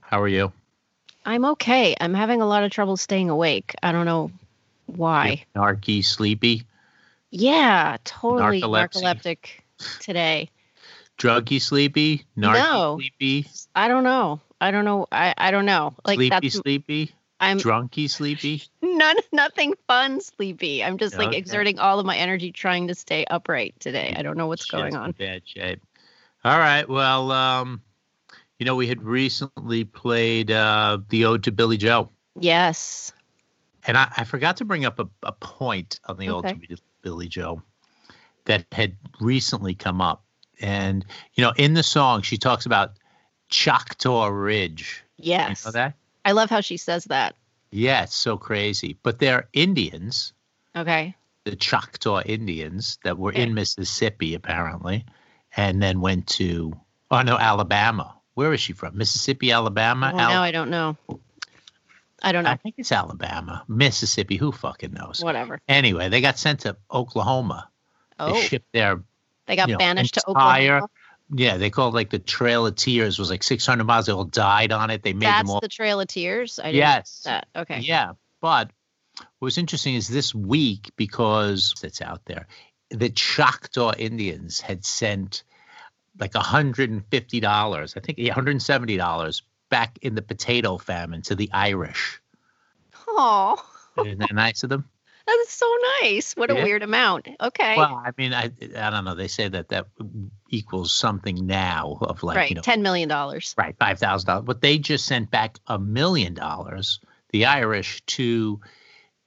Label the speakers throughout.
Speaker 1: How are you?
Speaker 2: I'm okay. I'm having a lot of trouble staying awake. I don't know why.
Speaker 1: Narky, sleepy,
Speaker 2: Yeah, totally
Speaker 1: Narcolepsy.
Speaker 2: narcoleptic today.
Speaker 1: druggy, sleepy, narky,
Speaker 2: No.
Speaker 1: sleepy,
Speaker 2: I don't know. I don't know. I, I don't know. Like
Speaker 1: sleepy,
Speaker 2: that's
Speaker 1: sleepy,
Speaker 2: I'm
Speaker 1: drunky, sleepy.
Speaker 2: none nothing fun sleepy. I'm just like
Speaker 1: Okay.
Speaker 2: exerting all of my energy trying to stay upright today. I don't know what's
Speaker 1: Shit's
Speaker 2: going
Speaker 1: in
Speaker 2: on.
Speaker 1: Bad shape. All right. Well, um, you know, we had recently played uh, the Ode to Billy Joe,
Speaker 2: Yes.
Speaker 1: and I, I forgot to bring up a, a point on the
Speaker 2: Okay.
Speaker 1: Ode to Billy Joe that had recently come up, and you know, in the song, she talks about Choctaw Ridge.
Speaker 2: Yes.
Speaker 1: You know that?
Speaker 2: I love how she says that.
Speaker 1: Yeah, it's so crazy. But they're Indians.
Speaker 2: Okay.
Speaker 1: the Choctaw Indians that were
Speaker 2: Okay.
Speaker 1: in Mississippi, apparently, and then went to, oh no, Alabama. Where is she from? Mississippi, Alabama?
Speaker 2: Oh,
Speaker 1: Al-
Speaker 2: now I don't know. I don't know.
Speaker 1: I think it's Alabama. Mississippi, who fucking knows?
Speaker 2: Whatever.
Speaker 1: Anyway, they got sent to Oklahoma. They
Speaker 2: Oh,
Speaker 1: shipped their,
Speaker 2: they got
Speaker 1: you know,
Speaker 2: banished to
Speaker 1: entire-
Speaker 2: Oklahoma.
Speaker 1: yeah, they called like the Trail of Tears was like 600 miles. They all died on it. They made them
Speaker 2: That's
Speaker 1: all.
Speaker 2: the Trail of Tears. I didn't know
Speaker 1: yes.
Speaker 2: that. Okay.
Speaker 1: Yeah, but what was interesting is this week because it's out there, the Choctaw Indians had sent like $150, I think yeah, $170 back in the potato famine to the Irish.
Speaker 2: Oh,
Speaker 1: Isn't that nice of them?
Speaker 2: that's so nice. What a
Speaker 1: Yeah.
Speaker 2: weird amount. Okay.
Speaker 1: Well, I mean, I I don't know. They say that that equals something now of like
Speaker 2: right.
Speaker 1: you know
Speaker 2: $10 million. dollars.
Speaker 1: right five thousand dollars, but they just sent back a million dollars the Irish to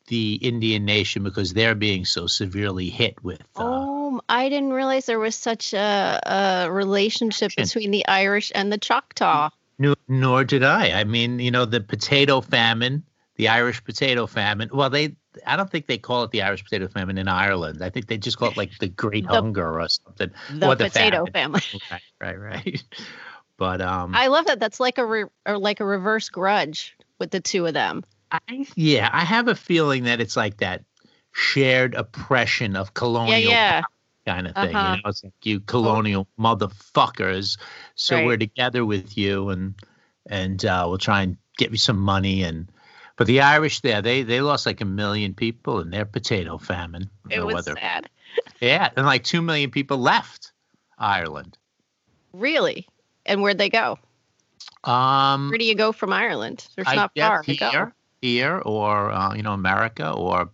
Speaker 1: the Indian nation because they're being so severely hit with. Uh,
Speaker 2: Oh, I didn't realize there was such a, a relationship
Speaker 1: Action.
Speaker 2: between the Irish and the Choctaw.
Speaker 1: nor, nor did I. I mean, you know, the potato famine, the Irish potato famine. Well, they. I don't think they call it the Irish potato famine in Ireland. I think they just call it like the Great
Speaker 2: The-
Speaker 1: Hunger or something.
Speaker 2: The,
Speaker 1: Mm, Or the
Speaker 2: potato
Speaker 1: famine.
Speaker 2: family.
Speaker 1: Right, right, right. But um,
Speaker 2: I love that. That's like a re, or like a reverse grudge with the two of them.
Speaker 1: I yeah, I have a feeling that it's like that shared oppression of colonial
Speaker 2: yeah, yeah.
Speaker 1: kind of thing.
Speaker 2: Uh-huh.
Speaker 1: You know, it's like you colonial motherfuckers. So
Speaker 2: Right.
Speaker 1: we're together with you, and and uh, we'll try and get you some money. And but the Irish there, they they lost like a million people in their potato famine. I don't
Speaker 2: It
Speaker 1: know
Speaker 2: was
Speaker 1: whether-
Speaker 2: sad.
Speaker 1: yeah, and like two million people left Ireland.
Speaker 2: Really? And where'd they go?
Speaker 1: Um,
Speaker 2: Where do you go from Ireland? There's
Speaker 1: I
Speaker 2: not far
Speaker 1: guess
Speaker 2: to go.
Speaker 1: here, here, or uh, you know, America, or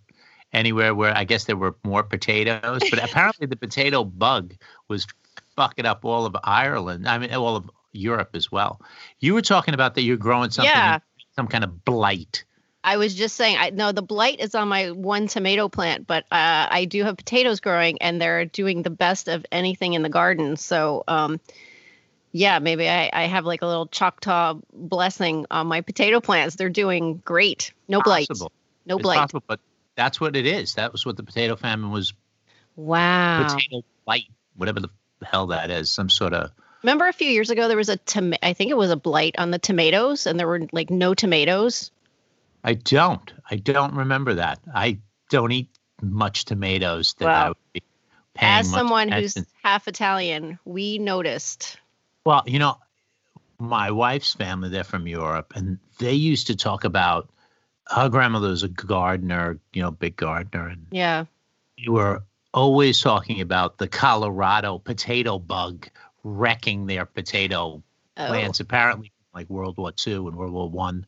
Speaker 1: anywhere where I guess there were more potatoes. But apparently, the potato bug was fucking up all of Ireland. I mean, all of Europe as well. You were talking about that you're growing something,
Speaker 2: Yeah.
Speaker 1: some kind of blight.
Speaker 2: I was just saying, I no, the blight is on my one tomato plant, but uh, I do have potatoes growing, and they're doing the best of anything in the garden. So, um, yeah, maybe I, I have like a little Choctaw blessing on my potato plants. They're doing great. No blight.
Speaker 1: Possible.
Speaker 2: No
Speaker 1: It's
Speaker 2: blight.
Speaker 1: possible, but that's what it is. That was what the potato famine was.
Speaker 2: Wow.
Speaker 1: Potato blight, whatever the hell that is, some sort of
Speaker 2: Remember a few years ago there was a tom- I think it was a blight on the tomatoes, and there were like no tomatoes.
Speaker 1: I don't. I don't remember that. I don't eat much tomatoes that I
Speaker 2: Wow.
Speaker 1: would be paying
Speaker 2: As
Speaker 1: much
Speaker 2: someone who's
Speaker 1: attention.
Speaker 2: half Italian, we noticed.
Speaker 1: well, you know, my wife's family they're from Europe, and they used to talk about her grandmother was a gardener, you know, big gardener, and
Speaker 2: Yeah.
Speaker 1: we were always talking about the Colorado potato bug wrecking their potato
Speaker 2: Oh.
Speaker 1: plants. Apparently, like World War II and World War One,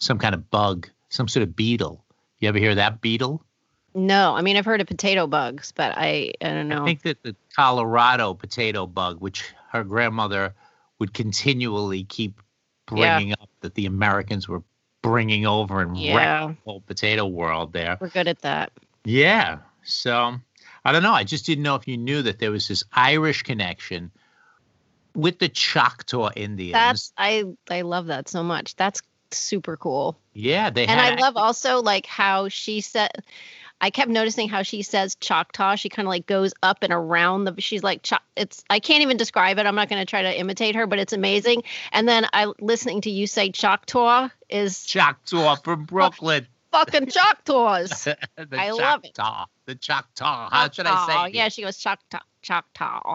Speaker 1: some kind of bug, some sort of beetle. You ever hear that beetle?
Speaker 2: No, I mean I've heard of potato bugs, but I I don't know.
Speaker 1: I think that the Colorado potato bug, which her grandmother would continually keep
Speaker 2: Yeah.
Speaker 1: bringing up, that the Americans were bringing over and wrecked
Speaker 2: yeah,
Speaker 1: the whole potato world there.
Speaker 2: we're good at that.
Speaker 1: Yeah. So I don't know. I just didn't know if you knew that there was this Irish connection with the Choctaw Indians.
Speaker 2: That's I I love that so much. That's super cool.
Speaker 1: yeah, they
Speaker 2: and I
Speaker 1: had
Speaker 2: love also like how she said I kept noticing how she says Choctaw. She kind of like goes up and around the. She's like, Cho- it's. I can't even describe it. I'm not going to try to imitate her, but it's amazing. And then I listening to you say Choctaw is
Speaker 1: Choctaw from Brooklyn.
Speaker 2: fucking Choctaws.
Speaker 1: The
Speaker 2: Oh, I love it.
Speaker 1: Choctaw. The Choctaw. How should I say?
Speaker 2: Choctaw.
Speaker 1: it?
Speaker 2: Yeah, she goes Choctaw, Choctaw.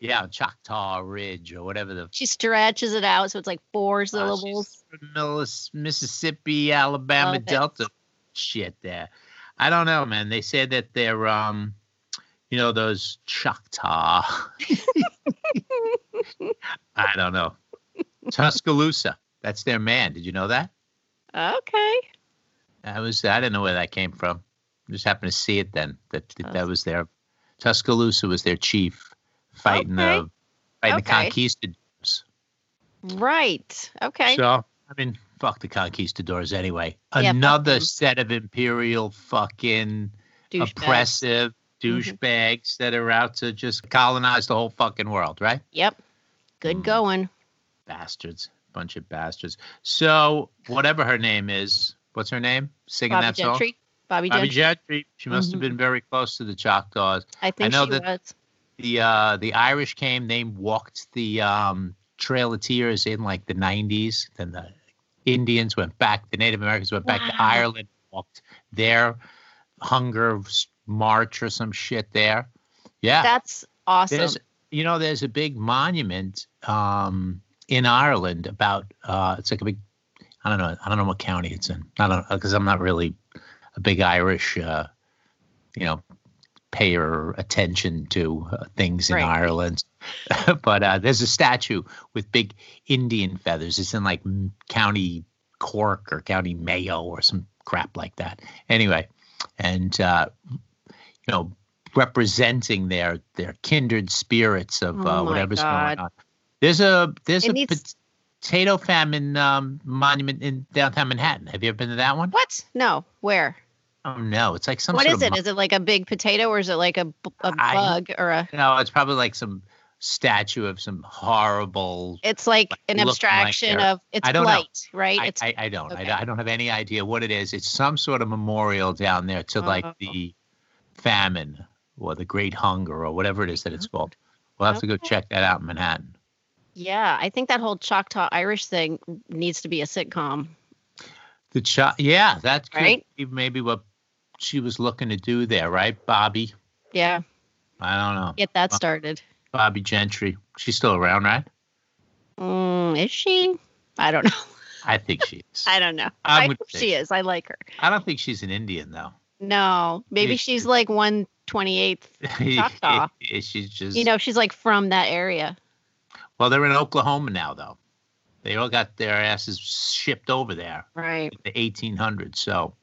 Speaker 1: Yeah, Choctaw Ridge or whatever the
Speaker 2: She stretches it out so it's like four
Speaker 1: uh,
Speaker 2: syllables.
Speaker 1: she's from Millis- Mississippi, Alabama
Speaker 2: Love it.
Speaker 1: Delta shit there. I don't know, man. They said that they're um you know those Choctaw. I don't know. Tuscaloosa. That's their man. Did you know that?
Speaker 2: okay.
Speaker 1: I was I didn't know where that came from. Just happened to see it then. That that, that
Speaker 2: Oh.
Speaker 1: was their Tuscaloosa was their chief fighting
Speaker 2: Okay.
Speaker 1: the fighting the
Speaker 2: Okay.
Speaker 1: conquistadors.
Speaker 2: Right. Okay.
Speaker 1: So I mean, fuck the conquistadors anyway.
Speaker 2: Yeah, fuck
Speaker 1: Another
Speaker 2: them.
Speaker 1: set of imperial fucking
Speaker 2: Douchebag.
Speaker 1: oppressive
Speaker 2: Mm-hmm.
Speaker 1: douchebags that are out to just colonize the whole fucking world, right?
Speaker 2: Yep. Good
Speaker 1: Mm.
Speaker 2: going.
Speaker 1: Bastards, bunch of bastards. So whatever her name is, what's her name? Singing
Speaker 2: Bobby
Speaker 1: that song.
Speaker 2: Gentry. Bobby
Speaker 1: Bobby
Speaker 2: Gentry.
Speaker 1: Gentry. She must
Speaker 2: Mhm.
Speaker 1: have been very close to the Choctaws.
Speaker 2: I think
Speaker 1: know
Speaker 2: she
Speaker 1: that-
Speaker 2: was.
Speaker 1: The uh, the Irish came. They walked the um, Trail of Tears in like the '90s. Then the Indians went back. The Native Americans went back
Speaker 2: Wow.
Speaker 1: to Ireland. Walked their hunger s- march or some shit there. Yeah,
Speaker 2: That's awesome.
Speaker 1: there's you know there's a big monument um, in Ireland about uh, it's like a big I don't know I don't know what county it's in I don't because I'm not really a big Irish uh, you know payer attention to uh, things in
Speaker 2: Right.
Speaker 1: Ireland but uh, there's a statue with big Indian feathers it's in like m- county Cork or county Mayo or some crap like that anyway and uh, you know representing their their kindred spirits of
Speaker 2: Oh
Speaker 1: uh,
Speaker 2: my
Speaker 1: whatever's
Speaker 2: God.
Speaker 1: going on. There's a there's
Speaker 2: It
Speaker 1: a
Speaker 2: needs-
Speaker 1: potato famine um, monument in downtown Manhattan. Have you ever been to that one?
Speaker 2: what? No. Where?
Speaker 1: Oh no, it's like some.
Speaker 2: What
Speaker 1: sort
Speaker 2: is
Speaker 1: of
Speaker 2: it? Is it like a big potato or is it like a, b- a
Speaker 1: I-
Speaker 2: bug or a.
Speaker 1: no, it's probably like some statue of some horrible.
Speaker 2: It's like an
Speaker 1: Look like
Speaker 2: abstraction
Speaker 1: they're-
Speaker 2: of it's
Speaker 1: I don't know.
Speaker 2: blight, right?
Speaker 1: I,
Speaker 2: it's
Speaker 1: I, I don't.
Speaker 2: okay.
Speaker 1: I, I don't have any idea what it is. It's some sort of memorial down there to like
Speaker 2: Oh.
Speaker 1: the famine or the great hunger or whatever it is that it's called. We'll have to go
Speaker 2: Mm-hmm. Okay.
Speaker 1: check that out in Manhattan.
Speaker 2: yeah. I think that whole Choctaw Irish thing needs to be a sitcom.
Speaker 1: The child, yeah, that could
Speaker 2: Right?
Speaker 1: be maybe what she was looking to do there, right, Bobby?
Speaker 2: Yeah,
Speaker 1: I don't know,
Speaker 2: get that started.
Speaker 1: Bobby Gentry. She's still around, right?
Speaker 2: Mm, is she? I don't know.
Speaker 1: I think she is. I,
Speaker 2: I don't know.
Speaker 1: I
Speaker 2: I
Speaker 1: would
Speaker 2: hope
Speaker 1: say
Speaker 2: she is. I like her.
Speaker 1: don't think she's an Indian though.
Speaker 2: No, maybe
Speaker 1: Yeah,
Speaker 2: she's
Speaker 1: she-
Speaker 2: like one twenty eighth. Choctaw.
Speaker 1: she's just
Speaker 2: You know, she's like from that area.
Speaker 1: Well, they're in Oklahoma now, though. They all got their asses shipped over there
Speaker 2: Right.
Speaker 1: in the 1800s. So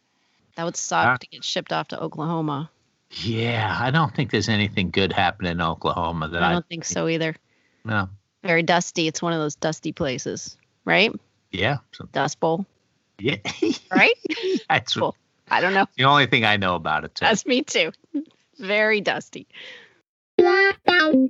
Speaker 2: That would suck
Speaker 1: Ah.
Speaker 2: to get shipped off to Oklahoma.
Speaker 1: yeah, I don't think there's anything good happening in Oklahoma that
Speaker 2: I
Speaker 1: I,
Speaker 2: don't think so either.
Speaker 1: no.
Speaker 2: Very dusty. It's one of those dusty places, right?
Speaker 1: Yeah, so,
Speaker 2: Dust Bowl,
Speaker 1: yeah.
Speaker 2: right?
Speaker 1: That's
Speaker 2: Cool. I don't know.
Speaker 1: the only thing I know about it. Too.
Speaker 2: That's me too. Very dusty.
Speaker 3: Bye.